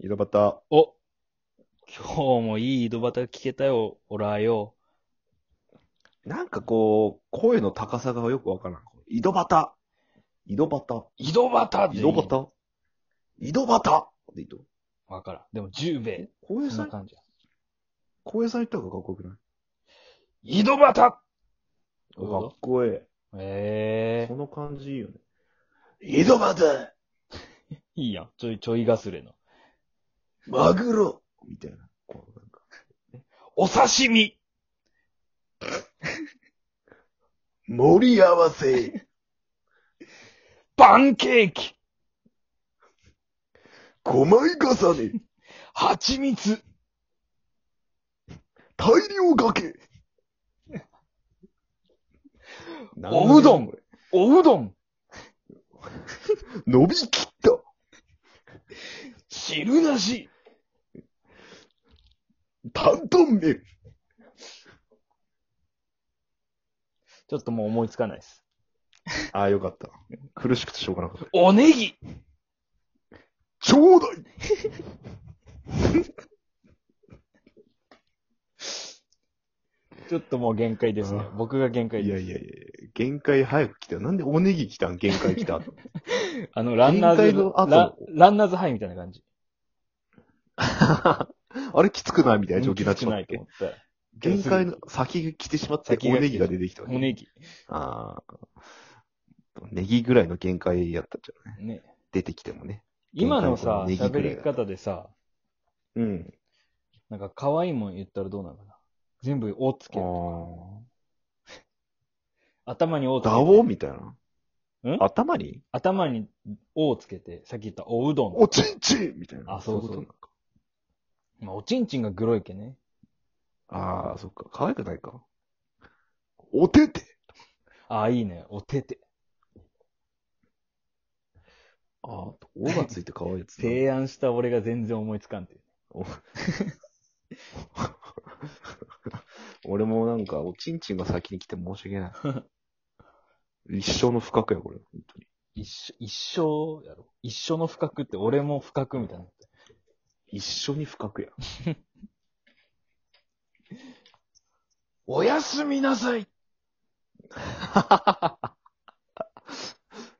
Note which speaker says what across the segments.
Speaker 1: 井戸端。
Speaker 2: お今日もいい井戸端聞けたよ、おらよ。
Speaker 1: なんかこう、声の高さがよくわからん。井戸端。井戸端。
Speaker 2: 井戸端
Speaker 1: 井戸端。井戸端って言うと。
Speaker 2: わからん。でも、十兵衛。
Speaker 1: 小江
Speaker 2: そん
Speaker 1: さ、
Speaker 2: なん感じや。
Speaker 1: 小江さん言った方がかっこよくない
Speaker 2: 井戸端かどういう
Speaker 1: か
Speaker 2: こと
Speaker 1: っこええ。
Speaker 2: え
Speaker 1: そ
Speaker 2: え
Speaker 1: の感じいいよね。井戸端
Speaker 2: いいやん。ちょい、ちょいガスレの。
Speaker 1: マグロみたいな。こうなんか
Speaker 2: お刺身
Speaker 1: 盛り合わ せ。
Speaker 2: パンケーキ
Speaker 1: 5枚重ね。
Speaker 2: 蜂蜜
Speaker 1: 大量掛け。
Speaker 2: おうどん
Speaker 1: これ。
Speaker 2: おうどん
Speaker 1: 伸びきった。
Speaker 2: 汁なし
Speaker 1: 担々麺。
Speaker 2: ちょっともう思いつかないです。
Speaker 1: ああ、よかった。苦しくてしょうがなかった。
Speaker 2: おネギ
Speaker 1: ちょうだい
Speaker 2: ちょっともう限界ですね
Speaker 1: う。
Speaker 2: 僕が限界
Speaker 1: い
Speaker 2: で
Speaker 1: や
Speaker 2: す。
Speaker 1: いやいや、限界早く来たよ。なんでおネギ来たん限界 来た。
Speaker 2: あの、ランナー
Speaker 1: 限
Speaker 2: ズ
Speaker 1: 界の後
Speaker 2: ラ、ランナーズハイみたいな感じ。
Speaker 1: あれきつくないみたいな状況になっ
Speaker 2: き
Speaker 1: ち
Speaker 2: つく
Speaker 1: ま
Speaker 2: な
Speaker 1: っ
Speaker 2: いと
Speaker 1: て
Speaker 2: 思。ったら。
Speaker 1: 限界の先が来てしまって、
Speaker 2: 先が
Speaker 1: お
Speaker 2: 来て
Speaker 1: ネギが出てきたわけ。
Speaker 2: おネギ。
Speaker 1: ああ。ネギぐらいの限界やったじゃん。
Speaker 2: ね。
Speaker 1: 出てきてもね。
Speaker 2: 今のさ、
Speaker 1: 限界とネギぐら
Speaker 2: 喋
Speaker 1: い
Speaker 2: り
Speaker 1: だ
Speaker 2: 方でさ、
Speaker 1: うん。
Speaker 2: なんか可愛いもん言ったらどうなるかな。全部、おつ
Speaker 1: あ
Speaker 2: け
Speaker 1: あ
Speaker 2: る。。頭におつけ
Speaker 1: ダオ
Speaker 2: て。
Speaker 1: みたいな。
Speaker 2: ん
Speaker 1: 頭に
Speaker 2: 頭におをつけて、さっき言ったおうどん。
Speaker 1: おちんちんみたいな。
Speaker 2: あそうそう
Speaker 1: いこと
Speaker 2: まあ、おちんちんがグロいけね。
Speaker 1: なんか。ああ、そっか。可愛くないか。おてて。
Speaker 2: ああ、いいね。おてて。
Speaker 1: ああ、おがついて可愛いや つだ。
Speaker 2: 提案した俺が全然思いつかんっていう。
Speaker 1: 俺もなんか、おちんちんが先に来て申し訳ない。一生の不覚や、これ。本当に。
Speaker 2: 一緒、一生やろ。一緒の不覚って、俺も不覚みたいな。
Speaker 1: 一緒に不覚や。
Speaker 2: おやすみなさい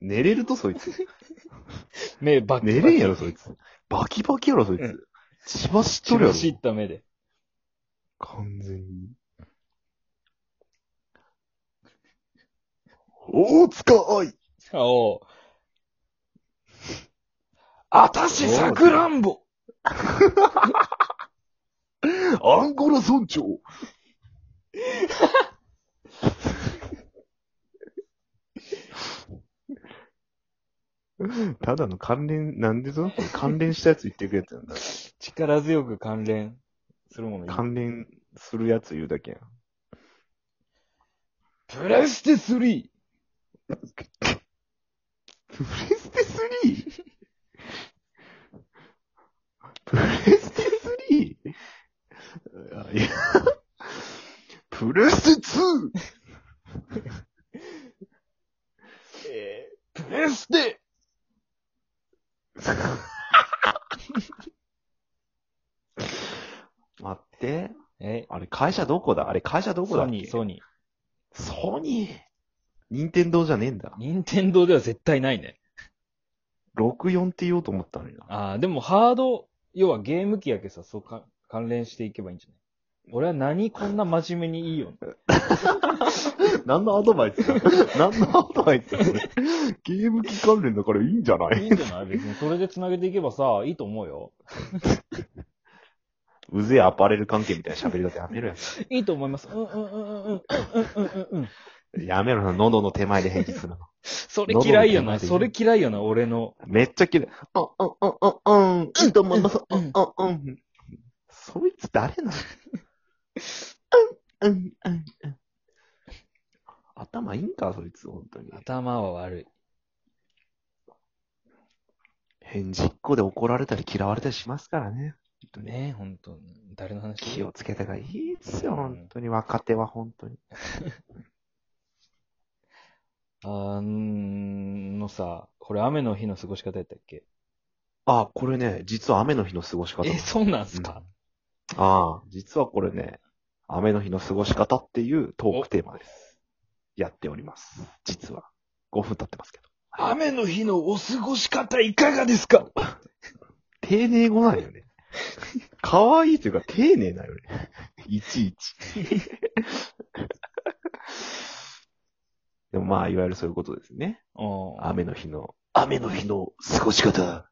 Speaker 1: 寝れると、そいつ。
Speaker 2: 目バッ
Speaker 1: 寝れんやろ、そいつ。バキバキやろ、そいつ。血走っとるやろ。
Speaker 2: 知った目で。
Speaker 1: 完全に。大塚愛
Speaker 2: おう。あたしさくらんぼ
Speaker 1: アンゴラ村長 ただの関連、なんでその関連したやつ言ってくやつなんだ。
Speaker 2: 力強く関連するものいい
Speaker 1: 関連するやつ言うだけやん。
Speaker 2: プレステ 3!
Speaker 1: プレステ 3? プレステ 3? いや、プレステ 2!
Speaker 2: えー、プレステ
Speaker 1: 待って。
Speaker 2: え、
Speaker 1: あれ、会社どこだあれ、会社どこだ
Speaker 2: ソ
Speaker 1: っけ
Speaker 2: ニー、ソニ
Speaker 1: ソニー。任天堂じゃねえんだ
Speaker 2: ー。。任天堂では絶対ないね。
Speaker 1: 64って言おうと思ったのにな。
Speaker 2: ああ、でもハード、要はゲーム機やけさ、そうか関連していけばいいんじゃない俺は何こんな真面目にいいよ。
Speaker 1: 何のアドバイスだ 何のアドバイスだこれゲーム機関連だからいいんじゃない
Speaker 2: いいんじゃない別にそれで繋げていけばさ、いいと思うよ。
Speaker 1: うぜえアパレル関係みたいな喋り方やめろや。
Speaker 2: いいと思います。うんうんうんうんうんうんうんうんうん。
Speaker 1: やめろな、喉の手前で返事するの。
Speaker 2: それ嫌いよな。それ嫌いよな、俺の。
Speaker 1: めっちゃ綺麗。うん、うん、うん、うん、うん。いいと思います。うん、うん、うん。そいつ誰なのうん、うん、うん、うん。頭いいんか、そいつ、本当に。
Speaker 2: 頭は悪い。
Speaker 1: 返事っ子で怒られたり嫌われたりしますからね。本当に
Speaker 2: ねえ、ほんと。誰の話
Speaker 1: 気をつけた方がいいですよ、本当に。若手は本当に。
Speaker 2: あーんのさ、これ雨の日の過ごし方やったっけ
Speaker 1: あ、これね、実は雨の日の過ごし方。
Speaker 2: え、そうなんすか、
Speaker 1: ああ、実はこれね、雨の日の過ごし方っていうトークテーマです。やっております。実は。5分経ってますけど。
Speaker 2: 雨の日のお過ごし方いかがですか
Speaker 1: 丁寧語なん よね。可愛いというか丁寧だよね。いちい ち。でもまあ、いわゆるそういうことですね。
Speaker 2: うん。
Speaker 1: 雨の日の。雨の日の過ごし方、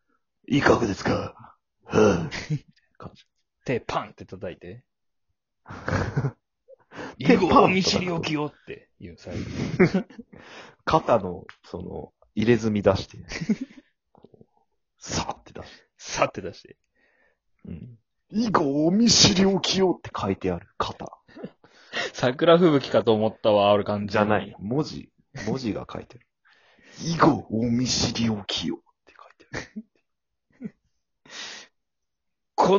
Speaker 1: いかがですかは
Speaker 2: 手パンって叩い て。
Speaker 1: あ
Speaker 2: 以
Speaker 1: 手パン
Speaker 2: 後お見知りおきよって言う最後。
Speaker 1: 肩の、その、入れ墨出して、こうさーって出して
Speaker 2: さって出して。
Speaker 1: 以後お見知りおきよって書いてある方
Speaker 2: 桜吹雪かと思ったわ、俺感じ。
Speaker 1: じゃない。。文字、文字が書いてある。以後お見知りおきよって書いてある。
Speaker 2: こ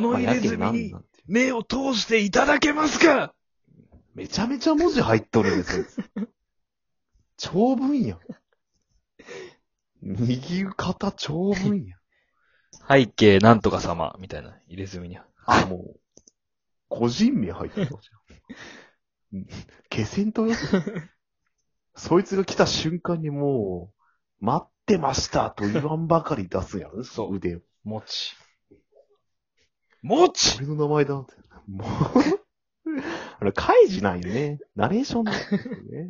Speaker 1: ま
Speaker 2: の
Speaker 1: あ
Speaker 2: 入
Speaker 1: や
Speaker 2: れ
Speaker 1: けに
Speaker 2: 墨
Speaker 1: なん
Speaker 2: に
Speaker 1: なんていう
Speaker 2: 目を通していただけますか
Speaker 1: めちゃめちゃ文字入っとるんですよ。長文 やん。右肩長文やん。
Speaker 2: 背景なんとか様、みたいな。入れ墨に。
Speaker 1: あ、もう、個人名入ってたじゃん。うん気仙とよ。そいつが来た瞬間にもう、待ってましたと言わんばかり出すやん。
Speaker 2: そう
Speaker 1: 腕を。
Speaker 2: もち。もち
Speaker 1: 俺の名前だって。もう、あれ、開示なんよね。ナレーションなんよ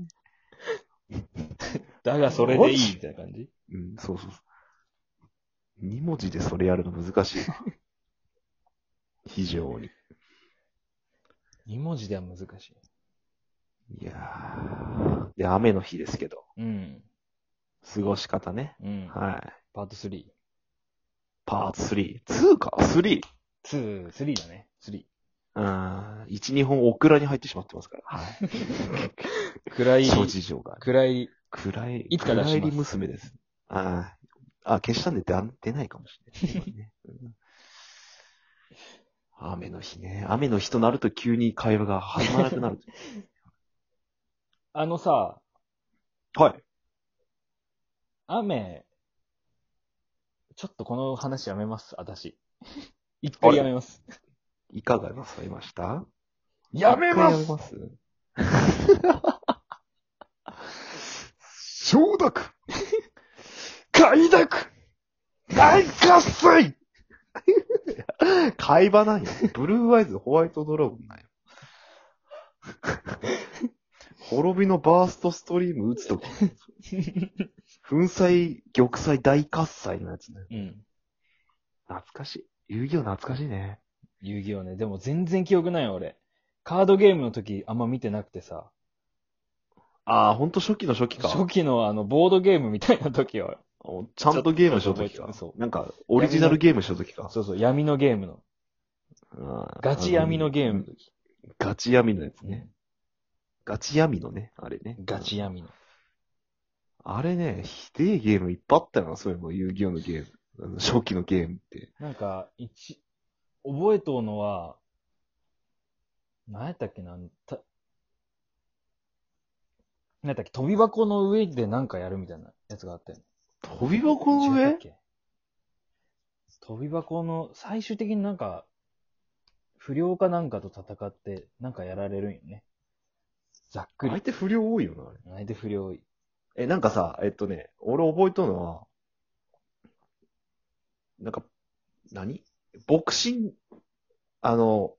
Speaker 1: ね。
Speaker 2: だがそれでいい、みたいな感じ。
Speaker 1: うん、そうそうそう。2文字でそれやるの難しいな。非常に。
Speaker 2: 二文字では難しい。
Speaker 1: いやーで、雨の日ですけど、
Speaker 2: うん。
Speaker 1: 過ごし方ね。
Speaker 2: うん。
Speaker 1: はい。
Speaker 2: パート3。
Speaker 1: パーツ3。2か ?3。
Speaker 2: 2、3だね。3。
Speaker 1: うーん。1、2本オクラに入ってしまってますから。はい。
Speaker 2: 暗 い、
Speaker 1: 諸事情がある。
Speaker 2: 暗い、
Speaker 1: 暗い、
Speaker 2: いつか出します
Speaker 1: 暗入り娘です。ああ。あ、消したんで出出ないかもしれない今ね。うん雨の日ね。雨の日となると急に会話が始まらなくなる。
Speaker 2: あのさ、
Speaker 1: はい。
Speaker 2: 雨、ちょっとこの話やめます、私。 一回やめます。
Speaker 1: いかがなさいました
Speaker 2: や
Speaker 1: 一回やめます。 承諾快諾大喝水 会話なんや。ブルーアイズ、ホワイトドラゴンなんや。滅びのバーストストリーム打つとき。粉砕、玉砕、大喝采のやつね。
Speaker 2: うん。
Speaker 1: 懐かしい。遊戯王懐かしいね。
Speaker 2: 遊戯王ね。でも全然記憶ないよ、俺。カードゲームの時あんま見てなくてさ。
Speaker 1: ああ、ほんと初期の初期か。
Speaker 2: 初期のあの、ボードゲームみたいな時は。
Speaker 1: ちゃんとゲームしとき
Speaker 2: ちょ
Speaker 1: か
Speaker 2: っと覚えてるそ。う
Speaker 1: なんか、オリジナルゲームしときか。
Speaker 2: そうそう、闇のゲームの。
Speaker 1: うん
Speaker 2: ガチ闇のゲームの。時。
Speaker 1: ガチ闇のやつね。ガチ闇のね、あれね。
Speaker 2: ガチ闇の。
Speaker 1: あれね、ひでえゲームいっぱいあったよな、そういうの、遊戯王のゲームあの。初期のゲームって。
Speaker 2: なんか、一、覚えとうのは、何やったっけな、た、何やったっけ、飛び箱の上でなんかやるみたいなやつがあったよね。
Speaker 1: 飛び箱の
Speaker 2: 違った
Speaker 1: 上
Speaker 2: っけ飛び箱の、最終的になんか、不良かなんかと戦って、なんかやられるんよね。ざっく
Speaker 1: 相
Speaker 2: り。
Speaker 1: 手不良多いよな、あれ。
Speaker 2: 相手不良い。
Speaker 1: え、なんかさ、えっとね、俺覚えとるのは、なんか、何ボクシング、あの、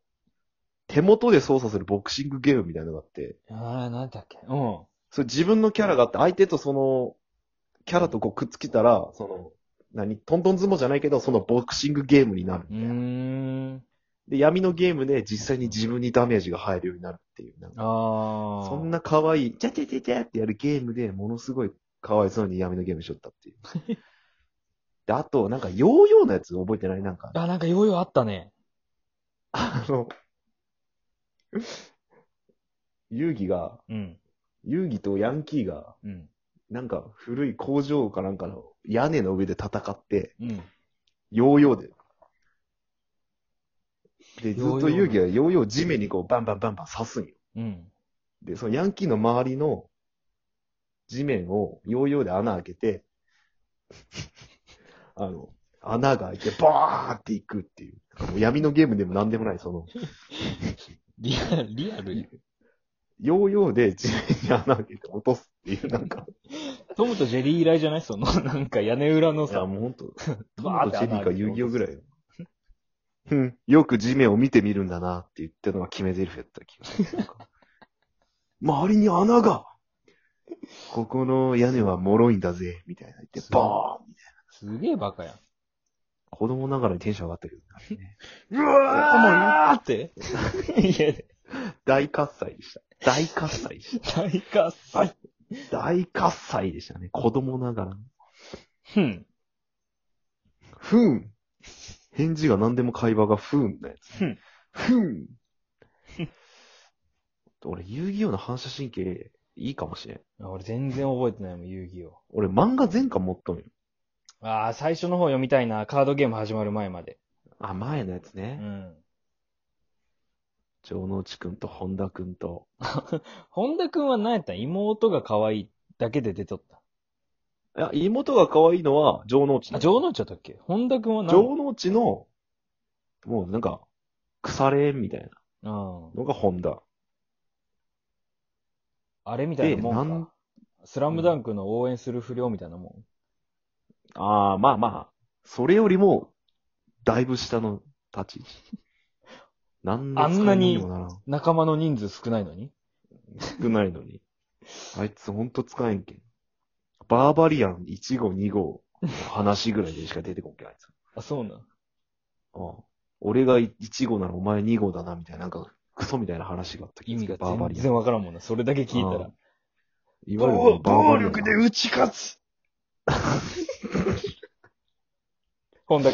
Speaker 1: 手元で操作するボクシングゲームみたいなのがあって、
Speaker 2: ああ、何やったっけうん。
Speaker 1: そう、自分のキャラがあって、相手とその、キャラとこうくっつけたら、その、何トントン相撲じゃないけど、そのボクシングゲームになる
Speaker 2: う
Speaker 1: みたいな。
Speaker 2: ーん。
Speaker 1: で、闇のゲームで実際に自分にダメージが入るようになるっていう。なんか
Speaker 2: ああ。
Speaker 1: そんな可愛い、ちゃちゃちゃちゃってやるゲームでものすごいかわいそうに闇のゲームしよったっていう。で、あと、なんかヨーヨーのやつ覚えてないなんか、
Speaker 2: あ、なんかヨーヨーあったね。
Speaker 1: あの、遊戯が、
Speaker 2: うん。
Speaker 1: 遊戯とヤンキーが、
Speaker 2: うん。
Speaker 1: なんか古い工場かなんかの屋根の上で戦って、
Speaker 2: うん。
Speaker 1: ヨーヨーで。で、ずっ
Speaker 2: ヨーヨー
Speaker 1: と遊戯はヨーヨーを地面にこうバンバンバンバン刺すんよ。
Speaker 2: うん。
Speaker 1: で、そのヤンキーの周りの 地面をヨーヨーで穴開けて、あの、穴が開いて、バーっていくっていう。もう闇のゲームでも何でもない、その、
Speaker 2: リアル、リアルやん。
Speaker 1: ヨーヨーで地面に穴開けて落とすっていう、なんか、
Speaker 2: トムとジェリー以来じゃないその、 なんか屋根裏の
Speaker 1: いや、
Speaker 2: さ、
Speaker 1: もうほんと、ト
Speaker 2: バ
Speaker 1: ムと
Speaker 2: ーって穴
Speaker 1: ジェリーか
Speaker 2: 開けて
Speaker 1: 遊戯王ぐらいよ。うん、よく地面を見てみるんだなって言ったのが決め台詞やった気がする。なん か周りに穴がここの屋根は脆いんだぜ、みたいな言って、
Speaker 2: そう
Speaker 1: バーン
Speaker 2: すげえバカやん。
Speaker 1: 子供ながらにテンション上がったけどね。
Speaker 2: うわーって。 いや、
Speaker 1: 大喝采でした。大喝采でし
Speaker 2: 大喝采。
Speaker 1: た。大喝采でしたね。子供ながらに。
Speaker 2: ふん。
Speaker 1: ふん。返事が何でも会話がふんなやつ。
Speaker 2: ふん。
Speaker 1: ふん。俺、遊戯王の反射神経いいかもしれん。
Speaker 2: 俺全然覚えてないもん、遊戯王。
Speaker 1: 俺、漫画全巻持っとんよ。
Speaker 2: ああ、最初の方読みたいな。カードゲーム始まる前まで。
Speaker 1: あ、前のやつ
Speaker 2: う
Speaker 1: ね。
Speaker 2: ん。
Speaker 1: 城之内くんと本田くんと。
Speaker 2: 本田くんは何やったん妹が可愛いだけで出とっ
Speaker 1: い
Speaker 2: た。
Speaker 1: や、妹が可愛いのは城之内
Speaker 2: あ、
Speaker 1: なの。
Speaker 2: 城之内だったっけ本田くんは何
Speaker 1: 城之内の、もうなんか、腐れ縁みたいな
Speaker 2: うん。
Speaker 1: のが本田。
Speaker 2: あれみたいなも
Speaker 1: でなんん
Speaker 2: か。スラムダンクの応援する不良みたいなもん。
Speaker 1: ああ、まあまあ、それよりも、だいぶ下の立ち位置。 なんの使い物もならん
Speaker 2: 仲間の人数少ないのに
Speaker 1: 少ないのに。あいつほんと使えんけん。バーバリアン1号2号の話ぐらいでしか出てこんけん、あいつ。
Speaker 2: あ、そうなん。
Speaker 1: ああ俺が1号ならお前2号だな、みたいな、なんか、クソみたいな話があった気
Speaker 2: 意
Speaker 1: す
Speaker 2: 味
Speaker 1: る
Speaker 2: が
Speaker 1: バーバ
Speaker 2: 全
Speaker 1: リアン。
Speaker 2: 然わからんもんな。それだけ聞いた
Speaker 1: あ
Speaker 2: ら
Speaker 1: あ。いわゆるバーバリアン。
Speaker 2: 打ち勝つ本田